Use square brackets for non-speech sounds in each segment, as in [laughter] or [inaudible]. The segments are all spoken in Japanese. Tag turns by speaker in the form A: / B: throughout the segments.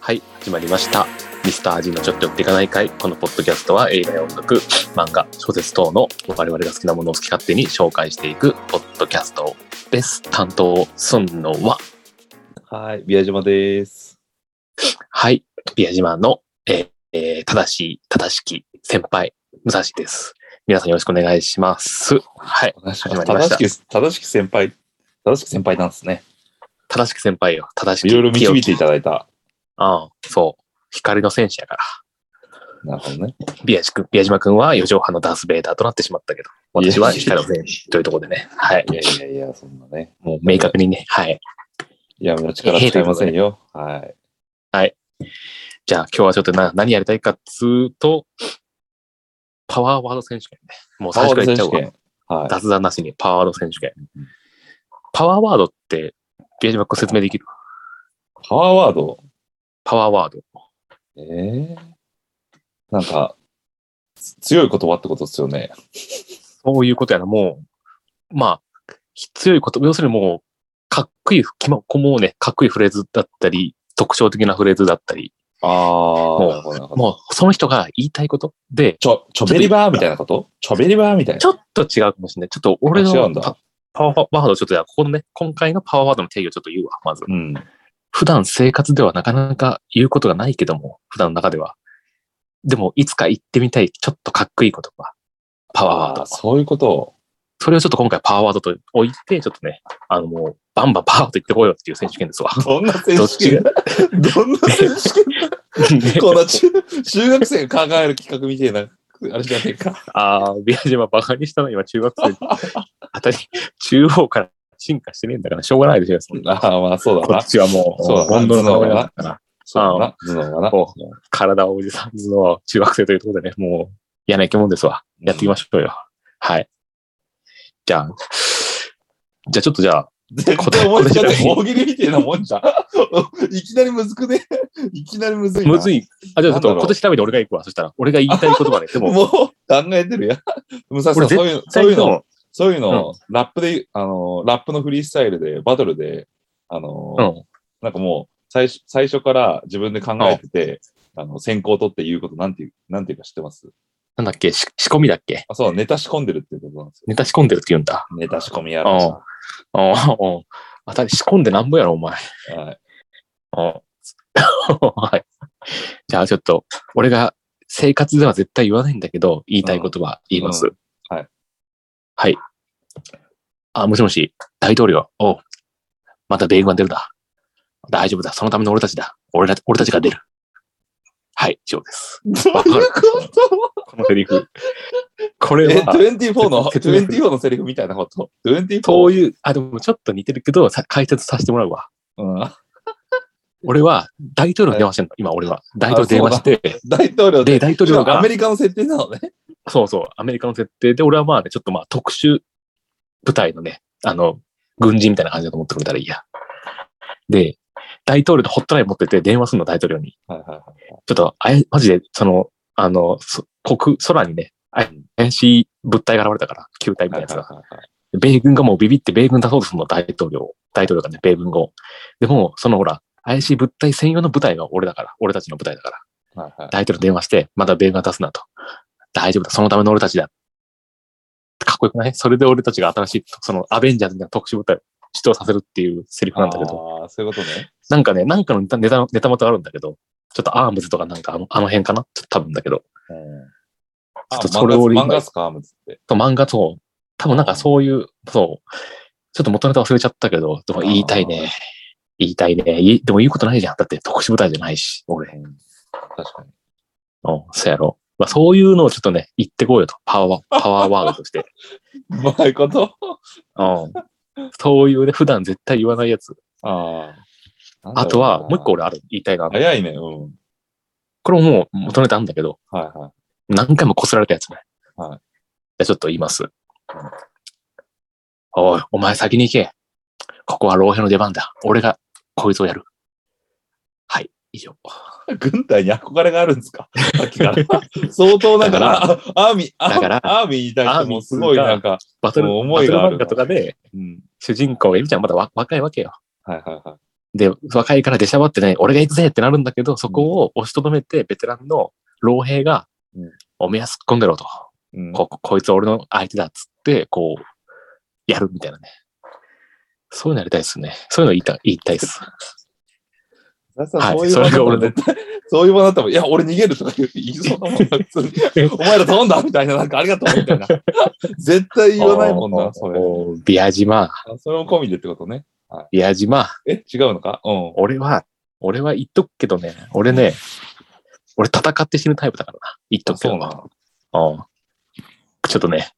A: はい、始まりました。ミスター味のちょっと寄っていかない会。このポッドキャストは映画や音楽、漫画、小説等の我々が好きなものを好き勝手に紹介していくポッドキャストです。担当すんのは、
B: はい、宮島です。
A: はい、宮島の、えーえー正しい、正しき先輩、武蔵です。皆さんよろしくお願いします。はい、
B: 正し
A: 始まりました
B: き、正しき先輩、正しき先輩なんですね。
A: 正しき先輩よ。正しき。
B: いろいろ導いていた
A: だ
B: だいた。
A: ああ、そう。光の戦士やから。
B: なるほどね。
A: 宮島君宮島君は四畳半のダース・ベイダーとなってしまったけど、私はい
B: や
A: 光の戦士というところでね。はい
B: い。やいやいや、そんなね。
A: もう明確にね。はい。
B: 闇の力使いませんよ。はい。
A: じゃあ今日はちょっとな何やりたいかっつうと、パワーワード選手権ね。もう最初から言っちゃうわ。
B: はい。
A: 雑談なしにパワーワード選手権。パワーワードって、ビアジマック説明できる
B: パワーワード。
A: パワーワード。
B: えー、なんか、つ強い言葉ってことですよね。
A: そういうことやな。もう、まあ、強いこと、要するにもう、かっこいい、きま、もうね、かっこいいフレーズだったり、特徴的なフレーズだったり、
B: あ
A: も
B: ー、
A: う
B: なるほどなるほど。
A: もうその人が言いたいことで、
B: ちょ、ちょべりばーみたいなことちょべりばーみたいな。
A: ちょっと違うかもしれない。ちょっと俺
B: あ違う
A: の
B: んだ
A: パパワーワード、ちょっとじゃあここのね、今回のパワーワードの定義をちょっと言うわ、まず。
B: うん。
A: 普段生活ではなかなか言うことがないけども、普段の中では。でも、いつか言ってみたい、ちょっとかっこいい言葉。パワーワー
B: あ
A: ド
B: ー。そういうことを。
A: それをちょっと今回パワーワードと置いて、ちょっとね、あのもう、バンバンパワーワード言ってこいよっていう選手権 [laughs] ですわ。
B: [laughs] どんな選手権どんな選手権 [laughs] こんな中中学生が考える企画みたいな、あれじゃねえか。
A: ああ、ビアジマバカにしたの、今中学 [laughs] 生。あたり、中央から進化してねえんだから、しょうがないでしょ、そんな
B: [laughs] ああ、まあそうだ
A: こ
B: な
A: っ。ちはもう、
B: そうだな
A: ボンドの名前だから。
B: そうだな。頭脳がな。
A: こう、体をおじさんの中学生というところでね、もう嫌な生き物ですわ。やっていきましょうよ。はい。じゃあ、じゃあちょっとじゃあ、
B: 絶対思いつかない。大喜利みたいなもんじゃん。 [laughs] いきなりむずくね。いきなりむずいな。
A: むず
B: い。
A: い。あ、じゃあちょっと
B: なんだろう
A: 今年調べて俺が行くわ。そしたら、俺が言いたい言葉で。でも、
B: もう考えてるやん。武蔵さん、
A: 俺
B: そういうの、そういうの、そういう
A: う
B: の、ラップで、あの、ラップのフリースタイルで、バトルで、あの、
A: うん。
B: なんかもう、最初、最初から自分で考えてて、あの、先行取って言うことなんていう、なんていうか知ってます
A: なんだっけ、し仕込みだっけ。
B: あ、そう、ネタ仕込んでるっていうことなんですよ。
A: ネタ仕込んでるって言うんだ。
B: ネタ仕込みや
A: う
B: る
A: ん。う
B: し
A: ん。うん。あたり仕込んでなんぼやろ、お前。
B: はい。
A: うん。 [laughs] はい。じゃあちょっと、俺が生活では絶対言わないんだけど、言いたい言葉言います。
B: うんはい。
A: はい。あ、もしもし、大統領。おうまた米軍が出るだ。大丈夫だ。そのための俺たちだ。俺ら、俺たちが出る。はい、以上です。
B: どういうこと
A: このセリフ。 [laughs] これ
B: え、
A: は、
B: 24の、
A: 説明する
B: 24のセリフみたいなこと。24?
A: そういう、あ、でもちょっと似てるけど、さ解説させてもらうわ。
B: うん。
A: 俺は、大統領に電話してんの。今、俺は。大統領に電話して、
B: 大統領
A: で、
B: で、
A: 大統領が
B: アメリカの設定なのね。
A: そうそう、アメリカの設定で、俺はまあね、ちょっとまあ特殊部隊のね、あの、軍人みたいな感じだと思ってくれたらいいや。で、大統領とホットライン持ってて電話するの、大統領に。
B: はいはいはい。
A: ちょっと、あや、マジで、その、あの、そ国、空にね、あ怪しい物体が現れたから、球体みた
B: はいい
A: なや
B: は
A: つ
B: い
A: が。
B: はいはい
A: 米軍がもうビビって米軍出そうとするの、大統領を。大統領がね、米軍を。でも、そのほら、怪しい物体専用の部隊が俺だから、俺たちの部隊だから。
B: はいはい。
A: 大統領に電話して、まだ米軍が出すなと。大丈夫だ、そのための俺たちだ。かっこよくないそれで俺たちが新しい、そのアベンジャーズみたいな特殊部隊を出動させるっていうセリフなんだけど、
B: ああ、そういうことね。
A: なんかね、なんかのネタネタネタ元があるんだけど、ちょっとアームズとかなんかあのあの辺かなちょっと多分だけど、
B: うん。
A: ちょ
B: あ
A: っとそれを今
B: 漫画っすかアームズって。
A: と漫画と、多分なんかそういう、そう、ちょっと元ネタ忘れちゃったけど、でも言いたいね。言いたいね。いでも言うことないじゃん。だって特殊部隊じゃないし、俺。
B: うん確かに。
A: うん、そうやろ。まあそういうのをちょっとね、言ってこうよと。パワーワ、パワーワードとして。
B: うまいこと。
A: うん。そういうね、普段絶対言わないやつ。
B: ああ。
A: あとは、もう一個俺
B: 俺。
A: ある、言いたいな。
B: 早いね。うん。
A: これももう元ネタあるんだけど、
B: はいは
A: 何回もこすられたやつね。
B: はい
A: じゃあちょっと言います。おい、お前先に行け。ここは老兵の出番だ。俺がこいつをやる。はい。以上。
B: 軍隊に憧れがあるんですかさっきから。相当だから、あアーミー、
A: だから
B: あアーミーに対してもすごい
A: アーミー
B: なんか、
A: バトル、
B: もう思
A: バ
B: い
A: トル
B: がある
A: 漫画とかで、
B: うん。
A: 主人公がいるじゃん、まだわ若いわけよ。
B: はいはいはい。
A: で、若いから出しゃばってね、俺が行くぜってなるんだけど、そこを押しとどめて、ベテランの老兵が
B: うん、
A: おめえは突っ込んでろと。
B: うん、
A: こ、こいつは俺の相手だっつって、こう、やるみたいなね。そういうのやりたいですね。そういうの言いたい、言いたいです。
B: だから
A: はい
B: そういう
A: それが
B: 場
A: 俺
B: だ
A: の
B: ったら、 [laughs] そういう場だったら、いや、俺逃げるとか言う言いそうなもんな、普通にお前ら頼んだみたいな、なんかありがとうみた
A: [laughs]
B: いな。絶対 [laughs] 言わないもんな、それ。
A: おービア島、
B: あそれも込みでってことね。
A: ビア島、
B: え、違うのかうん。
A: 俺は、俺は言っとくけどね、俺ね、俺戦って死ぬタイプだからな。言っとくけ
B: そ
A: ど
B: うなの。
A: うんちょっとね、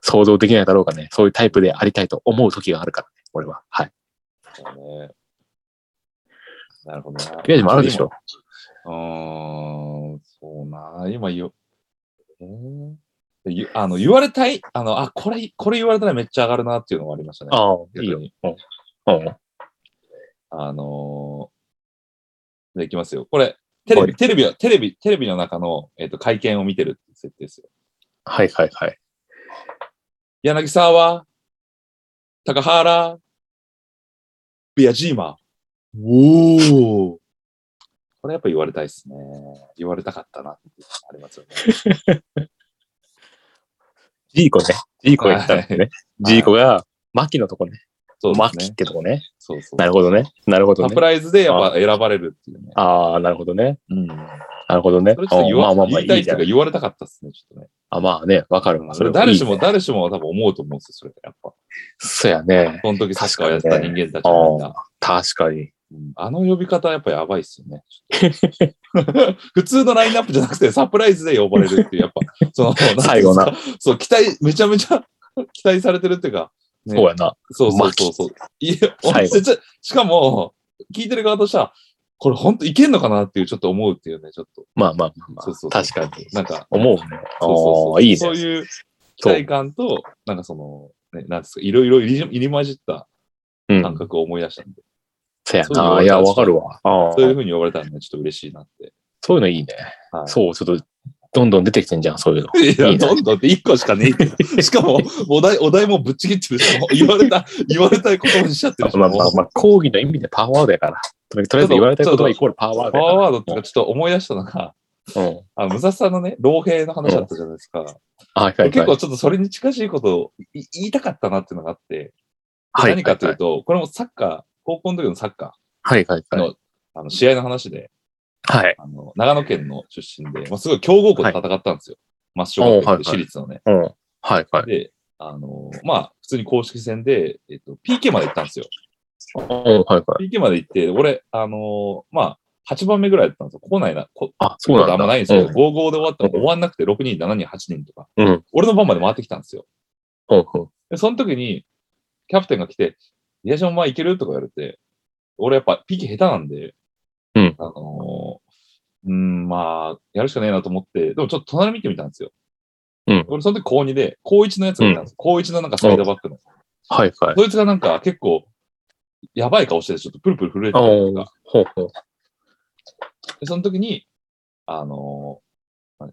A: 想像できないだろうがね、そういうタイプでありたいと思う時があるからね、俺は。はい。
B: そうね。なるほどな。
A: ビア島あるでしょ。
B: うーん、そうな。今よ、えーゆあの言われたい、あの、あ、これ、これ言われたらめっちゃ上がるなっていうのもありましたね。
A: ああ、いい
B: 逆
A: よ。
B: に。
A: うん。
B: あのー、でいきますよ。これ、テレ
A: は
B: ビ、
A: い
B: テレビは、テレビ、テレビの中の、えっ、と、会見を見てるって設定ですよ。
A: はいはいはい。
B: 柳沢は、高原、ビアジーマ。おお。これやっぱ言われたいですね。言われたかったなっていうのがありますよね。
A: ジーコね。ジーコが言ったんですね。ジーコが、マキのとこね。
B: そう
A: マ
B: で
A: キ
B: す
A: っ
B: ね。
A: てとこね。
B: そうそう。
A: なるほどね。なるほど
B: サプ
A: ね。
B: ライズでやっぱ選ばれるっていうね。
A: ああ、なるほどね。
B: うん。
A: なるほどね
B: それちょっと。言
A: ま
B: わ、
A: あまあまあ、
B: 言
A: い
B: いたい
A: い
B: っ
A: じ
B: てい
A: ゃ
B: うか
A: ん。
B: 言われたかったっすね、ちょっとね。
A: あまあね、わかるわ。
B: それ誰し
A: いい
B: も、誰しも多分思うと思うんですよ、それ。やっぱ。
A: そうやね。
B: その時サッカーをやってた人間たちがみんな。
A: 確かに。
B: うんあの呼び方はやっぱやばいっすよね。 [laughs] 普通のラインナップじゃなくてサプライズで呼ばれるっていう、やっ
A: [laughs]
B: ぱ、その、
A: 最後な
B: なんていうんですか。そう、期待、めちゃめ [laughs] ちゃ期待されてるっていうか、ね
A: そうやな。
B: そうそうそうそう。いや、
A: 最後
B: ちょしかも、聞いてる側としては、これ本当いけんのかなっていうちょっと思うっていうね、ちょっと。
A: まあまあまあま
B: そうそうそ
A: あ。
B: う
A: 確かに。
B: なんか、
A: 思うね。
B: そうそう
A: あ
B: そ
A: あ、
B: う
A: いい
B: そう
A: ね。
B: いう期待感と、なんかその、ね、なんですか、いろいろ入り入り混じった
A: うん。
B: 感覚を思い出したんで、
A: そうや
B: そういうの
A: な。いや、わかるわ。ああ
B: そういうふうに呼ばれたらね、ちょっと嬉しいなって。
A: そういうのいいね。
B: はい
A: そう、ちょっと、どんどん出てきてんじゃん、そういうの。
B: い
A: い
B: や、
A: ね
B: どんどんって1個しかねえけ [laughs] どしかも、お題、お題もぶっちぎってるし、もう言われた、 [laughs] 言われたいことにしちゃってるし。
A: まあまあまあ、講義の意味でパワーワードやから。とりあえずとりあえず言われたいことはイコールパ
B: パ
A: ワ
B: ワ
A: ーワ
B: ーワードっていう
A: ード
B: か、ちょっと思い出したのが、
A: やから。うん。
B: あの、武蔵さんのね、老兵の話だったじゃないですか。
A: はいはいはい。
B: 結構ちょっとそれに近しいことをい言いたかったなっていうのがあって、
A: はい
B: 何かというと、これもサッカー、高校の時のサッカ
A: はいはいはい。
B: ー、あの試合の話で、
A: はい。
B: あの長野県の出身で、まあ、すごい強豪校で戦ったんですよ。まあ小学
A: おう
B: 校
A: はいは
B: っ
A: い
B: て私立のね。
A: うん。はいはい。
B: で、あの、まあ、普通に公式戦で、えっと、PK まで行ったんですよ。
A: うん、はいはい。
B: PK まで行って、俺、あの、まあ、8番目ぐらいだったんですよ。校内な、こ
A: あ、そうなんだ。
B: あんまないんですけど、
A: う
B: 5-5で終わっても終わんなくて、6人、7人、8人とか、
A: うん
B: 俺の番まで回ってきたんですよ。
A: うんうん
B: で、その時に、キャプテンが来て、宮島お前いけるとか言われて、俺やっぱ PK 下手なんで、
A: うん
B: あのーうん、まあ、やるしかねえなと思って、でもちょっと隣見てみたんですよ。
A: うん
B: 俺その時高2で、高1のやつがいたんですよ。高1のなんかサイドバックの。
A: はいはい。
B: そいつがなんか結構、やばい顔してて、ちょっとプルプル震えてたりと
A: お
B: か
A: ー。ほうほう。
B: で、その時に、あのー何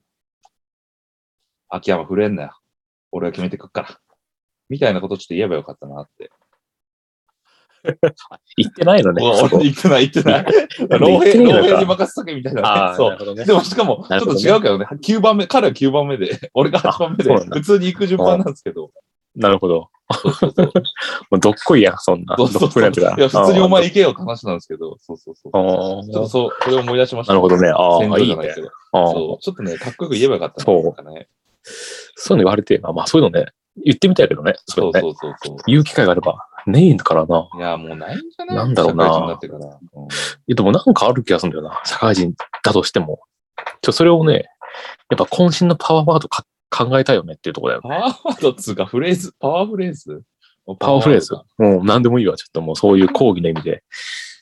B: 秋山震えんなよ。俺が決めてくっから。みたいなことちょっと言えばよかったなって。
A: [laughs] 言ってないのね。
B: 俺、 [laughs] 俺言ってない、言ってない。
A: [laughs]
B: 老
A: 言って
B: 兵、
A: ねえの
B: 老
A: か
B: 兵に任せとけみたいな
A: あ
B: ね。
A: あ、
B: そ
A: なる
B: う。
A: ほどね
B: で。もしかも、ちょ
A: な
B: っ
A: るほど
B: と
A: ね
B: 違うけどね、9番目、彼は9番目で、 [laughs] 俺が8番目で
A: あそうなん、だ
B: 普通に行く順番なんですけど、
A: なるほど。 [laughs] もうどっこいや、そんな。
B: そうそう
A: どっこ
B: そう。
A: いなんて
B: い
A: か
B: や、普通にお前行けよって話なんですけど、そうそうそう。ち
A: あ
B: ょ
A: ー
B: っとそう、それを思い出しました。
A: なるほどね。あ
B: 先
A: あ、
B: 導
A: い
B: じ
A: い
B: ゃない
A: ね
B: け。ど。
A: ああ。
B: そう、ちょっとね、かっこよく言えばよかった
A: そう
B: なんかね。
A: そういうの言われてるな。まあそういうのね、言ってみたいけどね。それ
B: そ
A: ね
B: うそうそうそう。
A: 言う機会があれば。ねえんだからな。
B: いや、もうないんじゃない
A: なんだろうな
B: 社会人になってから。うん
A: いやでもなんかある気がするんだよな。社会人だとしても。ちょ、それをね、やっぱ渾身のパワーワードか考えたいよねっていうところだよ。
B: パワーワードっつうか、フレーズ、パワーフレーズ
A: パワーフレーズ
B: パワ。
A: もう何でもいいわ。ちょっともうそういう講義の意味で。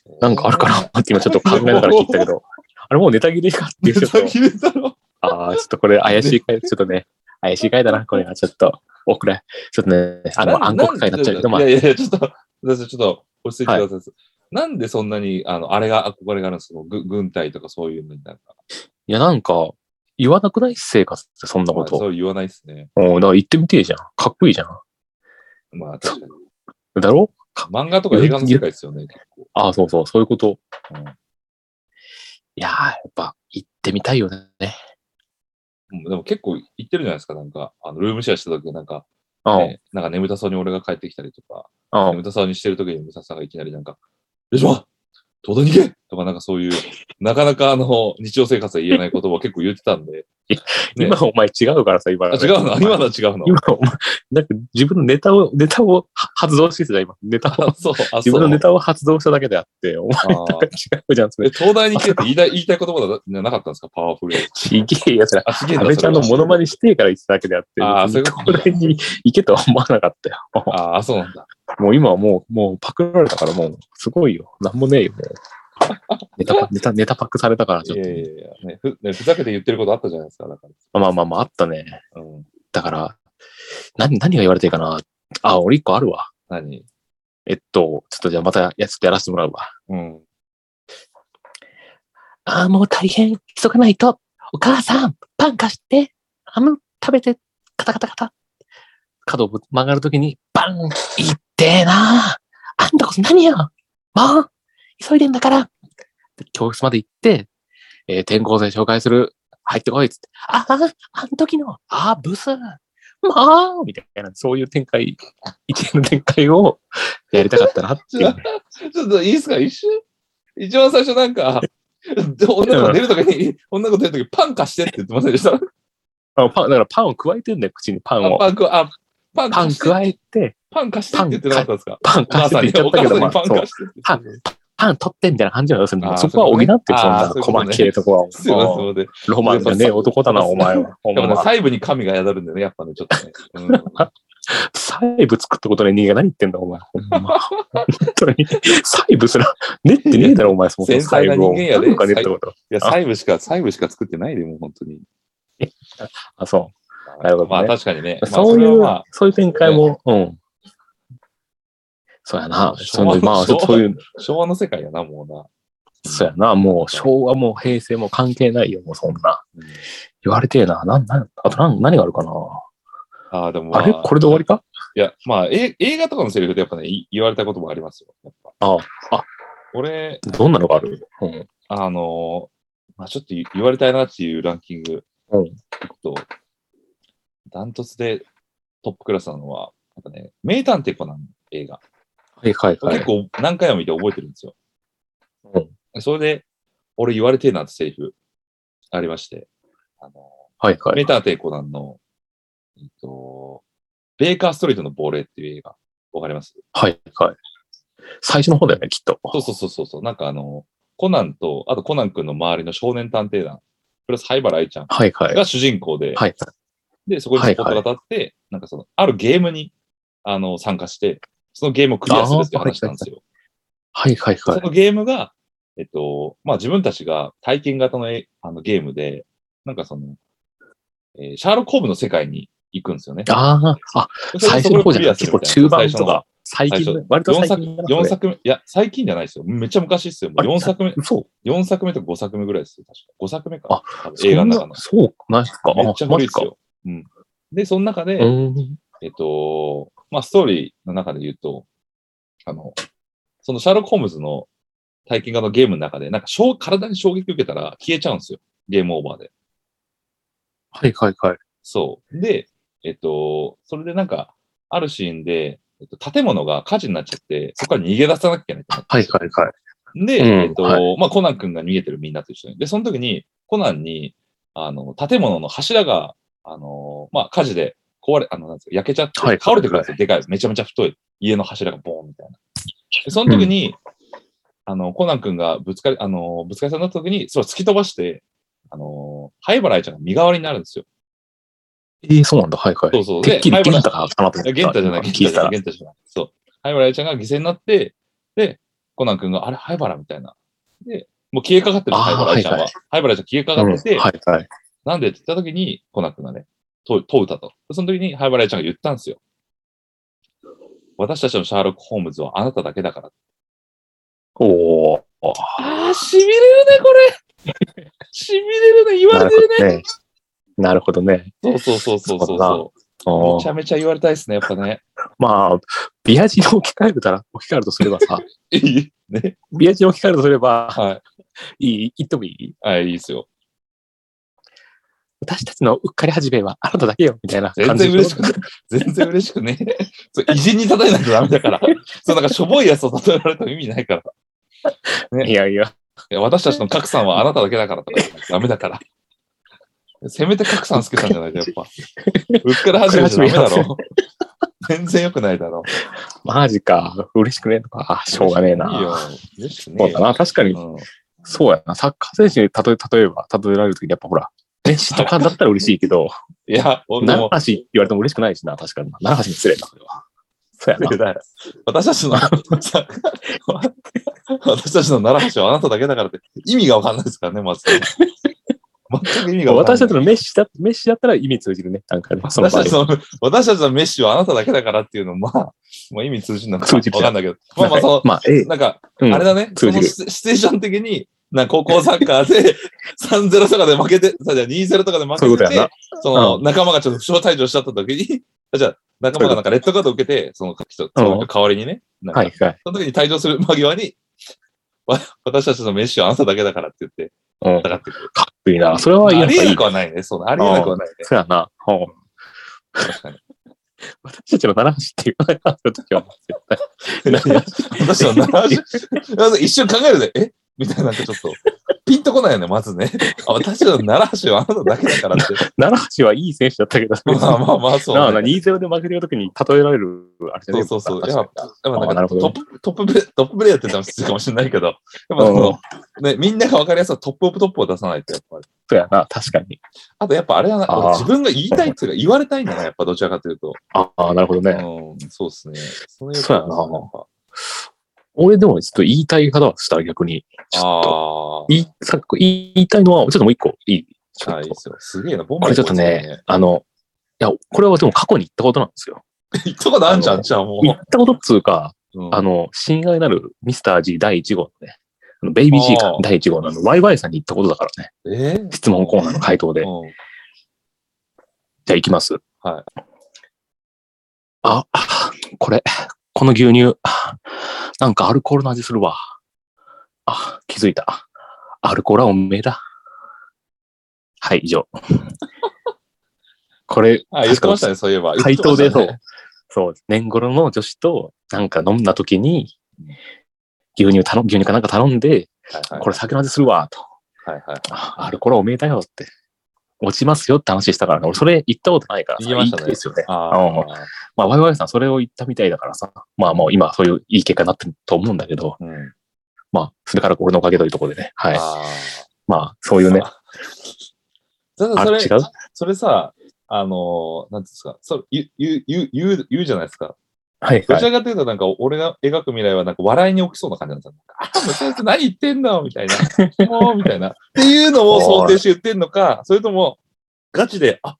B: ーワード
A: なんかあるかな [laughs] って今ちょっと考えながら聞いたけ
B: [laughs]
A: ど。あれもうネタ切れかってい
B: ネ
A: うちょっと
B: タ。切れだろ。
A: ああ、ちょっとこれ怪しい回、ちょっとね、怪しい回だな、これはちょっと。おくらい。ちょっとね、あの、
B: な
A: 暗黒回になっちゃうけど、まあ
B: いや、いやいや、ちょっと、先生ちょっと、落ち着いてください。なんでそんなに、あの、あれが憧れがあるんですかそのぐ軍隊とかそういうのになんか。
A: いや、なんか、言わなくない生活ってそんなこ
B: まあ
A: と。
B: そう言わないですね。
A: うん、だから行ってみてえじゃん。かっこいいじゃん。
B: まあ確かに。
A: だろ
B: 漫画とか映画の世界ですよね、結構。
A: ああ、そうそう、そういうこと。
B: うん
A: いやー、やっぱ行ってみたいよね。
B: うんでも結構行ってるじゃないですか、なんか、あのルームシェアした時なんか、
A: うん。
B: ねなんか眠たそうに俺が帰ってきたりとか、
A: うん
B: 眠たそうにしてる時に眠たさんがいきなりなんか、よいしょ東大に行けとかなんかそう [laughs] いう、なかなかあの、日常生活で言えない言葉を結構言ってたんで、ね
A: 今お前違うからさ、今。
B: あ違うの今のは違うの
A: 今お前、なんか自分のネタを、ネタをは発動してた、今。ネタを
B: あ、、そう、あ、
A: 自
B: そ
A: 分の
B: う
A: ネ。タを発動しただけであって、お前
B: あー
A: なんか違うじゃん、そ
B: え
A: れ。
B: 東大に行けって言いたい言いたい言葉じゃなかったんですかパワーフルで。
A: ちげえやつら。
B: あ、すげえ
A: 安倍ちゃんのモノマ
B: ネ。
A: ネしてから言ってただけであって、
B: あーそういうこと
A: 東大に行けとは思わなかったよ。
B: ああ、そうなんだ。
A: もう今はもう、もうパクられたからもう、すごいよ。なんもねえよ、もうネタ
B: [laughs]
A: パネタ、ネタパックされたから、
B: い
A: ちょっ
B: や
A: と。
B: いやいや、ねふねふざけて言ってることあったじゃないですか、だか
A: まあまあまあ、あったね。
B: ら。うん。
A: だから、何、何が言われていいかな。あ、俺一個あるわ。
B: 何
A: えっと、ちょっとじゃあまた、いや、ちょっとやらせてもらうわ。
B: うん。
A: ああ、もう大変、急がないと。お母さん、パン貸して。ハム食べて、カタカタカタ。角を曲がるときに、バンいってえなあんたこそ何よもう急いでんだからで教室まで行って、えー転校生紹介する。入ってこいっつって。ああ、あの時の、ああ、ブス。もうみたいな、そういう展開、一連の展開をやりたかったなっていう。
B: ちょっといいですか一瞬一番最初なんか、女の子出るときに、女の子出るときパン貸してって言ってませんでした
A: [laughs]
B: あ
A: あパン、だからパンを加えてんだよ、口にパンを。
B: パンく、あ、パン
A: パン
B: 貸して、
A: 加えて、
B: パン貸してって言ってなかったんですか
A: パン
B: お母
A: 貸し
B: さ
A: て
B: ん
A: って言
B: に、
A: っ
B: お
A: ちゃったけど、まあ
B: 母さんにパン
A: そう
B: 貸してって。
A: パンパン取ってみたいな感じなのよ。そ
B: あー
A: のそこは補ってよ、そんな
B: あーそういうことね
A: 細けいとこは。
B: すいません、すい
A: もう
B: ません。
A: ロマンがねえ男だな、お前は。お前
B: でもね、
A: は。
B: 細部に神が宿るんでね、やっぱね、ちょっとね。うん
A: 細部作ったことで人間が何言ってんだ、お前。ほんま本当に。細部すら、練ってねえだろ、お前、そもそも
B: 繊細
A: 細
B: な
A: 部
B: 人
A: を。
B: 間やで
A: なんか練ったこと。
B: いや、細部しか、細部しか作ってないで、もう本当に。
A: あ、そなるほどね
B: まあ確かにね。
A: う。
B: まあ
A: そうい
B: れは
A: う
B: まあ、
A: そういう展開も、うん。そうやな。
B: 昭
A: そ
B: 和
A: のまあ、
B: 昭和
A: そういう、
B: 昭和の世界やな、もうな。
A: そうやな。もう、昭和も平成も関係ないよ、もうそんな。
B: うん
A: 言われてえな。なん、なん、あと何、何があるかな。
B: ああ、でも、ま
A: あれこれで終わりか
B: いや、まあ、え映画とかのセリフでやっぱね、い言われたこともありますよ。やっぱ
A: ああ、
B: 俺、
A: どんなのがあるうん。
B: あのーまあちょっと言言われたいなっていうランキング、
A: うん
B: 行くと、ダントツでトップクラスなのは、なんかね、名探偵コナンの映画。
A: はいはいはい。
B: 結構何回も見て覚えてるんですよ。
A: うん
B: それで、俺言われてえなってセリフありまして、あのー
A: はいはい
B: メ。タテコナンの、えっと、ベーカーストリートの亡霊っていう映画、わかります
A: はいはい。最初の方だよね、きっと。
B: そうそうそうそうそう、なんかあの、コナンと、あとコナン君の周りの少年探偵団、プラス灰原愛ちゃん
A: はいはい。はい
B: が主人公で、
A: はい。
B: で、そこにスポットが当たって、なんかその、あるゲームに、あの、参加して、そのゲームをクリアするっていう話なんですよ。
A: はいはいはい
B: そ。のゲームが、えっと、まあ、自分たちが体験型のえあのゲームで、なんかその、えーシャーロック・ホームの世界に行くんですよね。
A: ああ、あ、最初の方じゃない。結構中盤とか、最
B: 最
A: 近
B: 初、
A: 割と
B: 4
A: 最
B: 作
A: 近だな。
B: 4
A: それ
B: 作目、いや、最近じゃないですよ。めっちゃ昔ですよ。もう
A: あれ
B: 4作目、
A: そう。
B: 四作目とか5作目ぐらいですよ。確か。5作目か。多分
A: そん
B: 映
A: な
B: 画の中の。
A: そう、マジか。
B: めっちゃ
A: あ、マ
B: 古
A: ジ
B: いです
A: か。
B: よ。うん。で、その中で、
A: うん。
B: えっと、まあ、ストーリーの中で言うと、あの、そのシャーロック・ホームズの体験型のゲームの中で、なんかしょう、体に衝撃受けたら消えちゃうんですよ。ゲームオーバーで。
A: はいはいはい。
B: そう。で、えっと、それでなんか、あるシーンで、えっと、建物が火事になっちゃって、そこから逃げ出さなきゃいけないってなって
A: はいはいはい。
B: で、
A: うん
B: えっと、
A: は
B: まあ、コナン君が逃げてるみんなと一緒に。で、その時に、コナンに、あの、建物の柱が、あの、まあ、火事で壊れ、あの、なんですか、焼けちゃって、
A: はい
B: 倒れてくるんですよ。でかい、めちゃめちゃ太い家の柱がボーンみたいな。で、その時に、あの、コナン君がぶつかり、あの、ぶつかりそうになった時に、それを突き飛ばして、あの、灰原愛ちゃんが身代わりになるんですよ。
A: ええ、そうなんだ。はいはい。
B: そうそう。
A: てっ
B: で、
A: きり、
B: 灰
A: ゲ
B: 原
A: ンタか、かなと思った。
B: いや、元太じゃない、元
A: 聞
B: 太
A: い
B: じゃ
A: た
B: ない、
A: ら。
B: 元太じゃない。そう。灰原愛ちゃんが犠牲になって、で、コナン君が、あれ、灰原みたいな。で、もう消えかかってる、
A: あー
B: 灰原愛ちゃん
A: はい
B: は
A: は。
B: 灰原愛ちゃん消えか
A: う
B: か
A: ん
B: ってて、
A: はいはい。
B: なんでって言った時に、コナン君がね、問問うたと。その時に灰原愛ちゃんが言ったんですよ。私たちのシャーロック・ホームズはあなただけだから。
A: おお。
B: ああ、しびれるね、これ。 [laughs] しびれるね、言わ
A: な
B: れ
A: る
B: てる
A: ほど
B: ね。
A: ね。なるほどね。
B: そうそうそうそうそうそ
A: おお
B: う。めち。ゃめちゃ言われたいですね、やっぱね。
A: まあ、ビアジを置き換えるたら、置き換えるとすれば
B: [laughs]
A: さ、
B: いいね。
A: ビアジを置き換えるとすれば、
B: はい
A: い、言ってもいい
B: い。はい、いいですよ。
A: 私たちのうっかり始めはあなただけよ、みたいな
B: 全
A: 感じ
B: 然嬉しくね。全然嬉しくね。そう、偉人に叩いないとダメだ
A: [laughs]
B: から。そう、なんかしょぼいやつを叩えられても意味ないから。
A: いやいや、
B: いや、私たちの格さんはあなただけだからとか、ダメだから。せめて格さんつけたんじゃないと、やっぱ。うっから始めちゃダメだろ。全然良くないだろ。
A: マジか、嬉しくねえとか、あしょうがねえな。
B: いいよ。嬉しくね
A: そ
B: え
A: う
B: よ
A: だな、確かに、
B: うん
A: そうやな。サッカー選手に例え、例えば、例えられるとき、やっぱほら、メッシとかだったら嬉しいけど、
B: いや、俺で
A: 七
B: も
A: 橋って言われても嬉しくないしな、確かに。七橋に失礼な、それは。そうやな。
B: 私たちの、 [laughs] さ私たちの奈良橋はあなただけだからって意味がわかんないですからね、まず。全く意味がわかん
A: 私
B: な
A: た
B: い
A: ち。のメッシだメッシだったら意味通じるね。なんかね、その
B: 私
A: 場
B: たち
A: で。
B: の、私たちのメッシはあなただけだからっていうのも、まあ、まあ意味通じるのか
A: 通じる
B: わかんないけど。まあまあ、そ
A: はいまあ、ええ
B: の、なんか、
A: うん
B: あれだね、そ
A: 通
B: の
A: じる
B: シシチュエーション的に、なんか高校サッカーで [laughs] 3-0とかで負けて、さじゃあ2-0とかで負けてて、
A: そういうことやな
B: その仲間がちょっと負傷退場しちゃった時に、じゃあ仲間がなんかレッドカードを受けて、その人その代わりにね、なんか
A: はい、はい。
B: その時に退場する間際に、 [laughs] わ私たちのメッシはあなただけだからって言って、
A: うん。
B: 戦ってくる。
A: かっこいいな。それは
B: あ
A: やっぱい
B: りえ
A: い
B: な。くはないね。そうありえなくはないね。
A: そうやな。うん
B: 確かに。
A: 私たちの七橋って言われたときは、絶対。
B: 私は奈良橋、一瞬考えるで、えみたいな、なんかちょっと、ピンとこないよね、まずね。あ私は奈良橋はあなただけだか
A: [laughs]
B: らって。
A: 七橋はいい選手だったけど、
B: [laughs] まあまあまあ、そう、ね。
A: なあなあ2-0で負けてるときに例えられる、あれじゃね
B: そうそうそう
A: 確かに
B: やっぱ
A: あ
B: な
A: なんる
B: か
A: ほ
B: ト
A: ど
B: ップ、トッププレ、トッププレイヤーって言ったら失礼かもしれないけど、やっぱその、ね、みんなが分かりやすいトップオブトップを出さないと、やっぱり。
A: そうやな。確かに。
B: あとやっぱあれはな、
A: あー
B: 俺自分が言いたいっていうか言われたいんだな、やっぱどちらかというと。
A: ああ、なるほどね。
B: うん、そうですね。その
A: そうやな
B: な。
A: 俺でもちょっと言いたい方はしたら逆に。ちょっと。
B: あ
A: 言いさっき言いたいのは、ちょっともう一個いい。ち
B: あ、
A: ょ
B: は
A: っ
B: い、いい
A: と
B: っすよ。すげえな、ボン
A: こ
B: バ
A: れ
B: イ
A: ちょっとね、あの、いや、これはでも過去に行ったことなんですよ。
B: 行ったことあんじゃ
A: あ
B: ん、
A: の
B: じゃあも
A: 行ったことっつうか、
B: う。うん
A: あ、の、親愛なるミスター G 第1号のね、あのベイビー G
B: あ
A: か
B: ー
A: 第1号のあの、ワイワイさんに行ったことだからね、
B: えー
A: 質問コーナーの回答で。
B: うん
A: じゃあ行きます。
B: はい。
A: あ、あこれ、この牛乳、あなんかアルコールの味するわ。あ、気づいた。アルコールはおめえだ。はい、以上。
B: [laughs]
A: これ、
B: あ、言ってまし
A: 確か
B: たね、そういえば。
A: 回答で
B: 言って
A: そ
B: ま
A: う
B: したね。
A: そう、年頃の女子となんか飲んだ時に、牛乳頼む、牛乳かなんか頼んで、
B: はい
A: これ酒の味するわ、と。
B: はいはいはい。
A: あアルコールはおめえだよって。落ちますよって話したからね。俺、それ言ったことないからさ。
B: 言いましたね
A: いいですよね。
B: ああ。
A: まあ、ワイワイさん、それを言ったみたいだからさ、まあ、もう今、そういういい結果になってると思うんだけど、
B: うん。
A: まあ、それから俺のおかげというところでね、はい。
B: ああ。
A: まあ、そういうね、
B: ただ
A: あ
B: そ
A: れ
B: れ、
A: 違う
B: それさ、あのー、なんていうんですか、それ言う言う言う言う言うじゃないですか。
A: はい、
B: ど
A: は
B: ち
A: い。
B: らかというと、なんか、俺が描く未来は、なんか、笑いに起きそうな感じ
A: [laughs]
B: なんですよ。あ、もう先生何言ってんだみたいな。もう、みたいな。っていうのを想定して言ってんのか、それとも、ガチで、あ、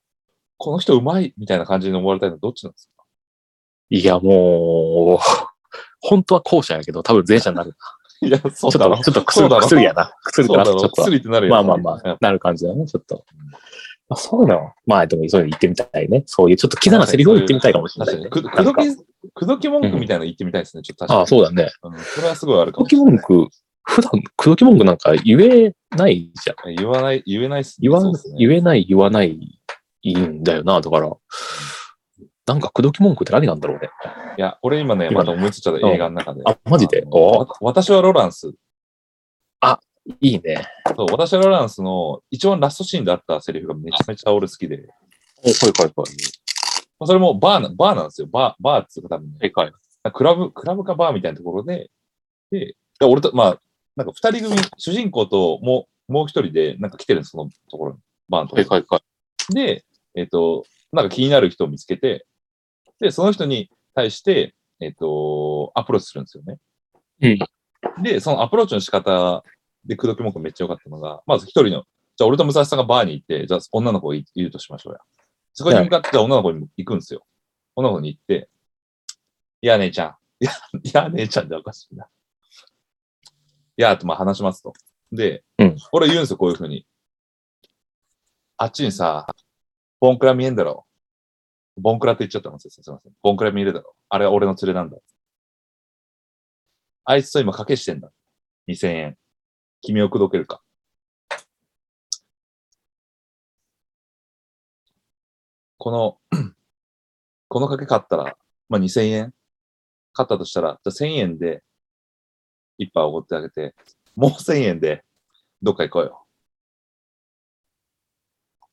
B: この人うまい、みたいな感じに思われたいのはどっちなんですか
A: いや、もう、本当は後者やけど、多分前者になる。
B: いや、 [laughs] そ
A: ちょっ
B: うだろ
A: と、。ちょっと
B: そう
A: 薬、
B: だろ
A: 薬やな。薬
B: そ
A: かな、
B: うだ
A: ちょ
B: ろ
A: っ。とは。
B: 薬ってなるよ。
A: まあまあまあ
B: あ、。
A: なる感じだね、ちょっと。あそうだよ。まあ、でも、そういうの言ってみたいね。そういう、ちょっとキザなセリフを言ってみたいかもしれな
B: 確
A: い
B: か
A: ね。
B: に。く
A: な
B: く
A: ん
B: ど
A: か
B: き、くどき文句みたいなの言ってみたいですね。ちょっと確かに。
A: ああ、そうだね。
B: うんそれはすごいあるか
A: 口
B: も
A: 説き文句、普段、口説き文句なんか言えないじゃん。
B: 言わない、言えないっすね。
A: 言わ
B: そ
A: ん、
B: うっすね
A: 言えない、言わない、いいんだよな、だから。なんか、口説き文句って何なんだろうね。
B: いや、俺今ね、
A: 今
B: ま
A: ね
B: た思いついちゃった
A: うん
B: 映画の中で。
A: あ、マジで
B: あ。の
A: お
B: わ私はロランス。
A: いいね。
B: そう、私はロランスの一番ラストシーンであったセリフがめちゃめちゃ俺好きで。
A: おはいはいはい。
B: まあ、それもバーな、バーなんですよ。バー、バーっつうか多分ね。
A: はい。
B: クラブ、クラブかバーみたいなところで、で、で俺と、まあ、なんか二人組、主人公ともう、もう一人で、なんか来てるんです、そのところに。バーのところ
A: は
B: に
A: いはいはい。
B: で、えっ、と、なんか気になる人を見つけて、で、その人に対して、えっ、と、アプローチするんですよね。で、そのアプローチの仕方で、口説き文句めっちゃ良かったのが、まず一人の、じゃあ俺と武蔵さんがバーに行って、じゃあ女の子をいいるとしましょうや。そこに向かって、じゃあ女の子に行くんですよ。女の子に行って、いや、姉ちゃん。いや、いや、姉ちゃんでおかしいな。やーってまあ話しますと。で、
A: うん
B: 俺言うんですよ、こういうふうに。あっちにさ、ボンクラ見えんだろ。ボンクラって言っちゃったのすいません。ボンクラ見えるだろ。あれは俺の連れなんだ。あいつと今賭けしてんだ。2000円。君を口説けるか。この、 [clears throat] この賭け買ったら、まあ、2000円買ったとしたら、じゃあ1000円で一杯おごってあげて、もう1000円でどっか行こうよ。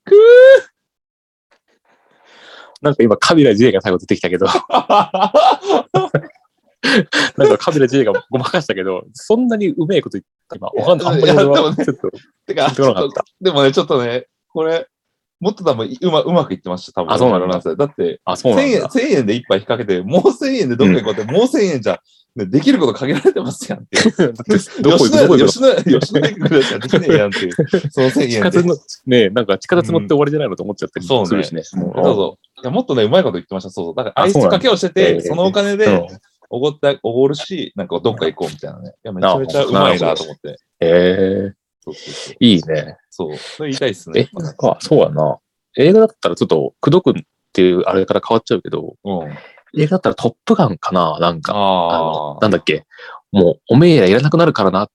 B: くー
A: なんか今、カビラ J が最後出てきたけ [laughs] ど、なんかカビラ J がごまかしたけど、そんなにうめえこと言った今、わかんない。あんまり
B: いや
A: 俺は
B: でもね
A: ちょっと
B: てか、
A: 出てこなかっ
B: ちょっとでもね、ちょっとね、これ、もっと多分うまうまくいってました、多分。
A: あそうなんだ
B: だ。だって、
A: あ、そう
B: 1000
A: なん
B: 円
A: だ。
B: 1000円で一杯引っ掛けて、もう1000円でどっか行こうって、もう1000円じゃ、ね、できること限られてますやんっていう。
A: だって [laughs] どこ行く、どこ行く
B: 吉野家、吉野家ぐらいしかできねえやん
A: [laughs]
B: っていう。その1000
A: 地
B: 円
A: 下
B: で。
A: 鉄の、ねなんか地下鉄乗って終わりじゃないのと思っちゃったり
B: うん
A: するしね。
B: そうそう。いやもっとね、うまいこと言ってました。そうそう。だから、アイスかけをして
A: あそうなん
B: て、
A: だええ
B: そのお金
A: うん
B: で、おごって、おごるし、なんかどっか行こうみたいなね。いや、めちゃめちゃうまいなと思って。
A: ええ
B: そうそうそう。
A: いいね。
B: そう。それ言いたいっす
A: え
B: ね。、
A: なんか、そうやな。映画だったらちょっと、くどくんっていうあれから変わっちゃうけど、
B: うん。あ
A: 映画だったらトップガンかななんか、あ
B: あ
A: の、。なんだっけ、もう、おめえらいらなくなるからなって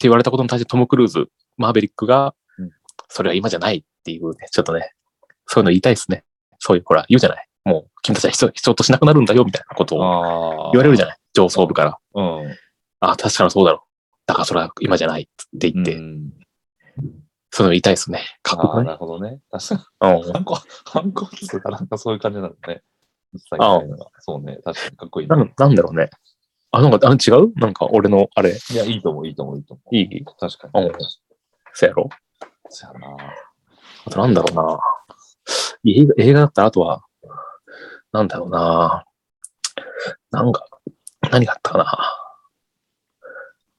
A: 言われたことに対してトム・クルーズ、マーベリックが
B: うん、
A: それは今じゃないっていうね、ちょっとね、そういうの言いたいですね。そういう、ほら、言うじゃない。もう、君たちは必要必要としなくなるんだよ、みたいなことを言
B: ああ。
A: われるじゃない。上層部から。
B: うん。
A: あ、確かにそうだろう。だからそれは今じゃないって言って、
B: うん
A: そういうの言いたいですね。かっこよ
B: ああ、
A: くな
B: なるほどね。確かに。
A: いうん
B: 反抗、反抗ってかなんかそういう感じなんだね。
A: ああ
B: そうね。確かにかっこいい
A: な
B: ね。
A: んなんだろうね。あ、なんか、あ違うなんか、俺の、あれ、
B: いや、いいと思う、いいと思う、いいと思う。
A: いい
B: 確か
A: う
B: に
A: ん。そうやろ
B: そうやな。
A: あとなんだろうな。映画映画だったら、あとは、なんだろうな。なんか、何があったかな。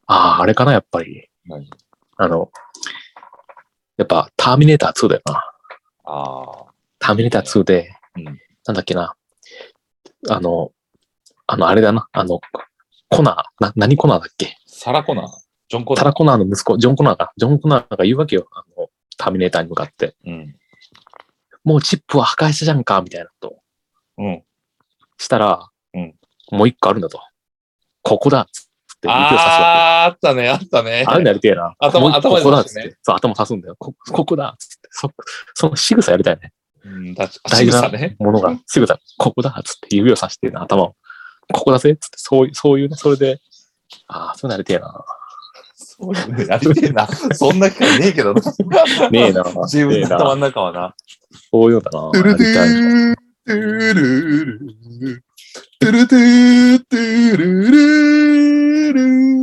A: ああ、あれかな、やっぱり。
B: 何
A: あの、やっぱ、ターミネーター2だよな。
B: ああ。
A: ターミネーター2で、
B: うん
A: なんだっけな。あの、あの、あれだな。あの、コナー、な、何コナーだっけ
B: サラコナージョンコナ
A: タ
B: ー
A: ラコナーの息子、ジョン・コナーが、ジョン・コナーが言うわけよ。あの、ターミネーターに向かって。
B: うん。
A: もうチップは破壊したじゃんか、みたいなこと。
B: うん。
A: したら、
B: うん
A: もう一個あるんだと。ここだっつって、指を刺すわ
B: ああ、あったね、あったね
A: け。。あれやりてえな。
B: 頭
A: もう一個
B: 頭に
A: ここだっ
B: 刺
A: つ
B: し
A: って
B: ね
A: て。そう、頭刺すんだよ。こここだっつって。そ、その仕草やりたいね。
B: うん、確か
A: 大
B: に。
A: 事な
B: 仕草ね。
A: ものが、仕草、ここだっつって指を刺して、頭を。ここだぜっつって、そういう、そういうね、それで、ああ、そういうのやりてえな。
B: そういうのやりてえな。そんな機会ねえけどな。
A: ねえな。
B: [laughs] 自分
A: ねえ
B: の
A: な
B: 頭の中はな。
A: そういうのだな。
B: トゥ
A: やり
B: ルト
A: たいな
B: ゥー、トゥルルルトゥルトゥー、トゥルル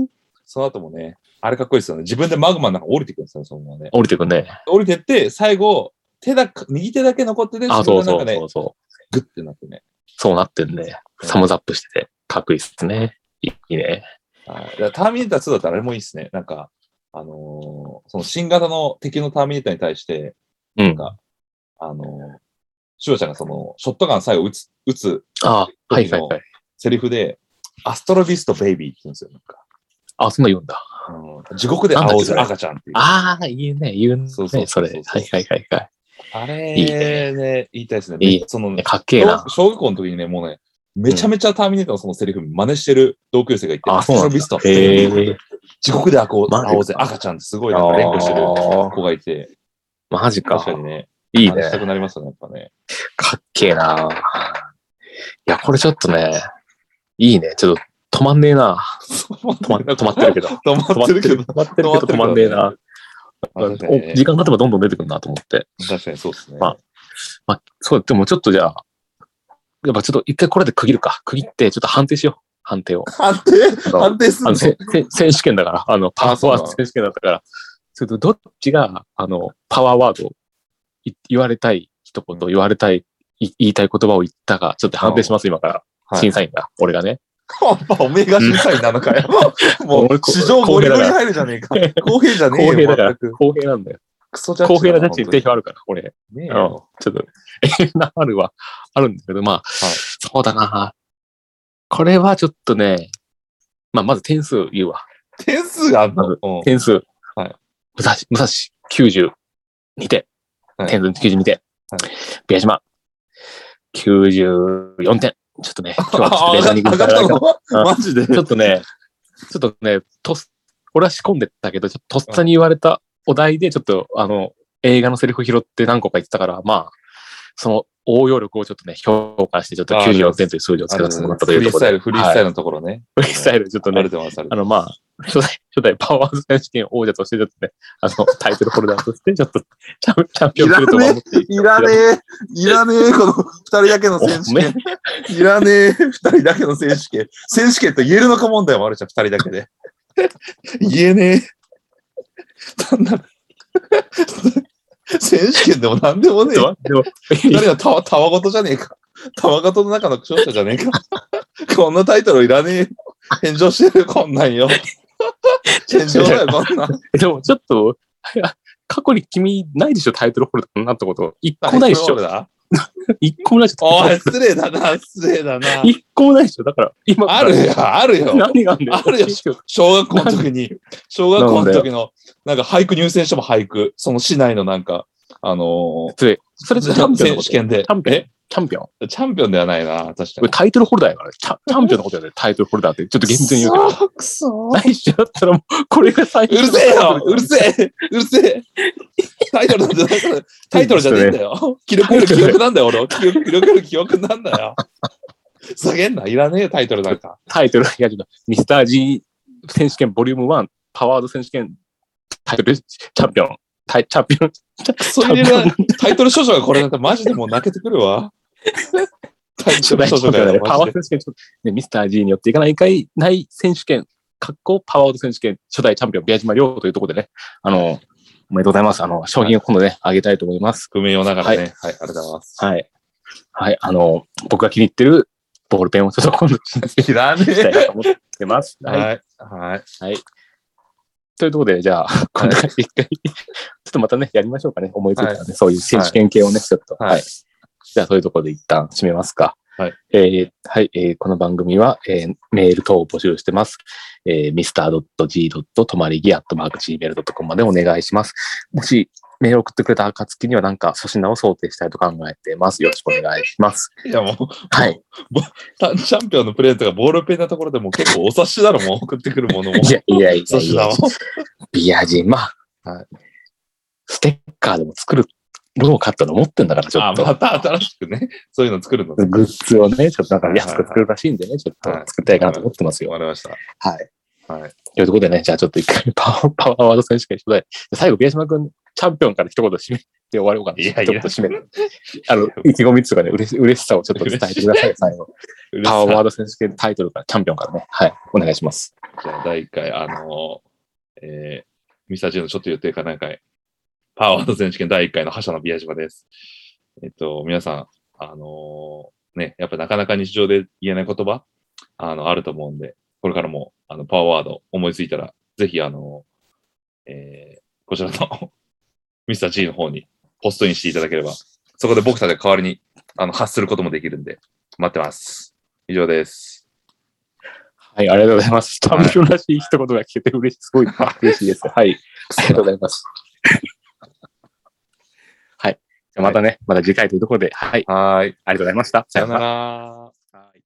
B: ルその後もね、あれかっこいいですよね。自分でマグマの中降りてくるんですよ、そのままね。
A: 降りてくんね。
B: 降りてって、最後、手だけ、右手だけ残ってて、
A: [laughs] ああ、
B: そ
A: そう
B: の
A: そ
B: 中
A: う
B: で
A: そうそう。
B: グッてなってね。
A: そうなってんね。サムズアップしてて、かっこいいっすね。いいね。
B: はいだからターミネーター2だったらあれもいいですね。なんか、あのーその新型の敵のターミネーターに対して、
A: う
B: なん
A: ん。あ
B: か、あのー、シュワちゃんがその、ショットガン最後撃つ、撃つ
A: あ、はいはいはい。
B: セリフで、アストロビストベイビーって言うんですよ。なんか、
A: あ、そんな言うんだ。
B: うん地獄で
A: なんだっ
B: 青
A: け
B: い
A: それ
B: 赤ちゃんっていう。あ
A: ああ、言うね、言うね、
B: そう
A: そ
B: そうそうそ
A: れ。
B: う
A: はいはいはいはい。
B: れ
A: いい
B: ね、言いたいですね。
A: いい
B: その
A: いや、かっけえな。
B: 小小学校の時にね、もうね、めちゃめちゃターミネーターのそのセリフ真似してる同級生がいて、
A: あ
B: ア
A: そ
B: ス
A: う
B: ト
A: な
B: ロ
A: んだ
B: ビスト
A: へ
B: ベイビー
A: え。
B: 地獄で青
A: マジか
B: 青ぜ赤ちゃんってすごいなんか連呼してる子がいて、
A: マジ
B: 確か
A: か。
B: にね、
A: いい
B: 真似
A: ね
B: し。たくなりますよね、やっぱね。
A: かっけえな。いや、これちょっとね、いいね。ちょっと止まんねえな。止ま止まってるけど。
B: 止まってるけど。
A: 止まってるけど止まんねえな。
B: ま
A: お
B: ってるけど確かにね
A: 時間経てばどんどん出てくるなと思って。
B: 確かにそうですね。
A: まあまあ、そう、でもちょっとじゃあ、やっぱちょっと一回これで区切るか。区切って、ちょっと判定しよう。判
B: [laughs]
A: 定を。
B: 判定
A: あの
B: 判定す
A: あ
B: る
A: の、せ
B: の
A: せ選手権だから、あの、パワー
B: そう
A: ワ
B: な
A: ー
B: の
A: ド選手権だったから、ちょっとどっちが、あの、パワーワードをい言われたい一言、言われたい、い言いたい言葉を言ったか、ちょっと判定します、今から。
B: はい
A: 審査員が、俺がね。
B: お前が審査員なのかよ。も
A: 俺
B: う、
A: こ
B: 市場ゴリゴリ入るじゃねえか。公平じゃねえよ。
A: 公平だから
B: 全く、
A: 公平なんだよ。
B: クソジャッジ
A: 公平なジャッジ
B: ち
A: に定評あるから、俺。
B: ねえ
A: うん。ちょ
B: よ。
A: っと、 [laughs] えな、あるは、あるんだけど、まあ、そうだな。これはちょっとね、まあ、まず点数言うわ。
B: 点数があんの、
A: まず
B: うん
A: 点数。
B: はい
A: 武蔵、武蔵、92点。
B: はい
A: 点数92点。
B: は
A: 宮島、94点。ちょっと
B: [laughs]
A: ね、今日はちょっとベータに行
B: 上
A: く
B: が
A: か
B: った
A: ら
B: の
A: うん
B: マジで
A: ちょっとね、ちょっとね、とっ、俺は仕込んでたけど、ちょっととっさに言われたお題で、ちょっと、あの、映画のセリフ拾って何個か言ってたから、まあ、その応用力をちょっとね、評価して、ちょっと
B: あー
A: 94点という数字をつけさせてもらったと
B: フ
A: い
B: リ
A: う
B: ー
A: とこ
B: ス
A: ろ
B: タイ
A: で。
B: ル、フリースタイ
A: ル。
B: ルのところね。
A: フリースタイル、ちょっと
B: あ
A: ね
B: れ、でもあれ
A: あの、まあ、初代、初代パワー選手権王者として、ちょっとね、あの、タイトルホルダーと
B: [laughs]
A: して、ちょっと、チャンチャンピオンベルトを守ってい
B: いらねえ、いらねえ、この二人だけの選手権。いらねえ、二人だけの選手権。選手権と言えるのか問題もあるじゃん、二人だけで。言えねえ。単なる。 [laughs] 選手権でも何でもね
A: ち
B: え。
A: ょっとでも
B: 誰がたわ、たわごとじゃねえか。たわごとの中の勝者じゃねえか。こんなタイトルいらねえ。返上してるよ、こんなんよ。返上だよ、こんなん。
A: でも、ちょっと、いや過去に君、ないでしょ、タイトルホルダーになったこと。一個もないでしょ。
B: だ
A: 一個もないでしょ。
B: おい、失礼だな、失礼だ
A: [laughs]
B: な。
A: 一個もないでしょ。だから、今から
B: あるよ、あるよ。
A: 何があんだよ。
B: あるよ小学校の時に、小学校の時の、なんか俳句入選しても俳句、その市内のなんか、あのー
A: それ、それチャンピオンの
B: 選
A: こと
B: 手
A: チ
B: 権で。
A: ャンピオン
B: え。
A: チャンピオン。こ
B: チャンピオンではないな、確か
A: れ
B: に。
A: タイトルホルダーやからね。チャチャンピオンのことやで、タイトルホルダーって。ちょっと厳密に言うけど。
B: ど。くそ
A: ないでしょだったらもう、これが最
B: うるせえようるせえうるせえタイトルなんてないタイトルじゃねえんだよ。記録より記憶なんだよ、俺は。記憶記録より記憶なんだよ。ふざけんな、いらねえよタイトルなんか。
A: タイトル、いや、ちょっと、ミスター G 選手権ボリューム1、パワード選手権タイトルチャンピオン。タイチャンピオン。
B: クソ入れるなタイトル少女がこれなんてマジでもう泣けてくるわ。タイ
A: ち
B: ト
A: ょっ
B: ル
A: と
B: 少女が
A: ね
B: よ
A: パワ
B: マジ
A: ー
B: で。
A: 選手権、ちょっとね、ミスター G によっていかないかいない選手権、かっこパワード選手権、初代チャンピオン、宮島亮というところでね、あの、おめでとうございます。あの、商品を今度ね、あげたいと思います。
B: 不明をながらね。はい、ありがとうございます。
A: はい。はい、あの、僕が気に入ってるボールペンをちょっと今
B: [laughs]
A: 度、
B: いらね
A: したいなと思ってます。
B: は
A: はい。
B: い。はい。
A: というところで、じゃあ、今回一回、 [laughs] ちょっとまたね、やりましょうかね。思いついたらね、そういう選手権系をね、ちょっと。
B: はい
A: はい。じゃあ、そういうところで一旦締めますか。
B: はい。
A: えーはい、えーこの番組は、えーメール等を募集してます。えー、mr.g.tomarigi.gmail.com までお願いします。もし、メールを送ってくれた暁には、なんか粗品を想定したいと考えています。よろしくお願いします。
B: いやもう、
A: はい。
B: タンチャンピオンのプレートがボールペンなところでもう結構お察しだろ、もう送ってくるものも。
A: い
B: [laughs]
A: やいやいや
B: 粗
A: い
B: 品
A: や
B: も。。
A: ビアジン、まあ、
B: はい
A: ステッカーでも作るのを買ったと思ってんだから、ちょ
B: あ、
A: っと。
B: また新しくね、そういうの作るのね。
A: グッズをね、ちょっとなんか
B: はいはいはい
A: 安く作るらしいんでね、ちょっと
B: はい
A: 作りたいかなと思ってますよ。
B: わかりました。
A: はい。
B: はい。
A: ということでね、じゃあちょっと一回 [laughs] パワーパワーワード選手権一緒で、最後、宮島君、チャンピオンから一言締めて終わろうかな。
B: いやいや
A: ちょっと締めて。あの、意気込みとかね、うれし嬉しさをちょっと伝えてください、
B: [laughs]
A: 最後。パワーワード選手権タイトルから、チャンピオンからね。はい。お願いします。
B: じゃあ、第1回、あのー、えー、ミサジのちょっと予定かなんかへパワーワード選手権第1回の覇者の宮島です。えっと、皆さん、あのーね、やっぱなかなか日常で言えない言葉、あの、あると思うんで、これからも、あの、パワーワード思いついたら、ぜひ、あのーえーこちらの [laughs] ミスター G の方にポストインしていただければ、そこで僕たちが代わりに、あの、発することもできるんで、待ってます。以上です。
A: はい、ありがとうございます。チャンピオンらしい一言が聞けて嬉しい、すごい嬉しいで
B: [laughs]
A: す。はい。ありがとうございます。はい。じゃあまたね、また次回というところで、はい。
B: はーい。
A: ありがとうございました。
B: さよな。ら。
A: はい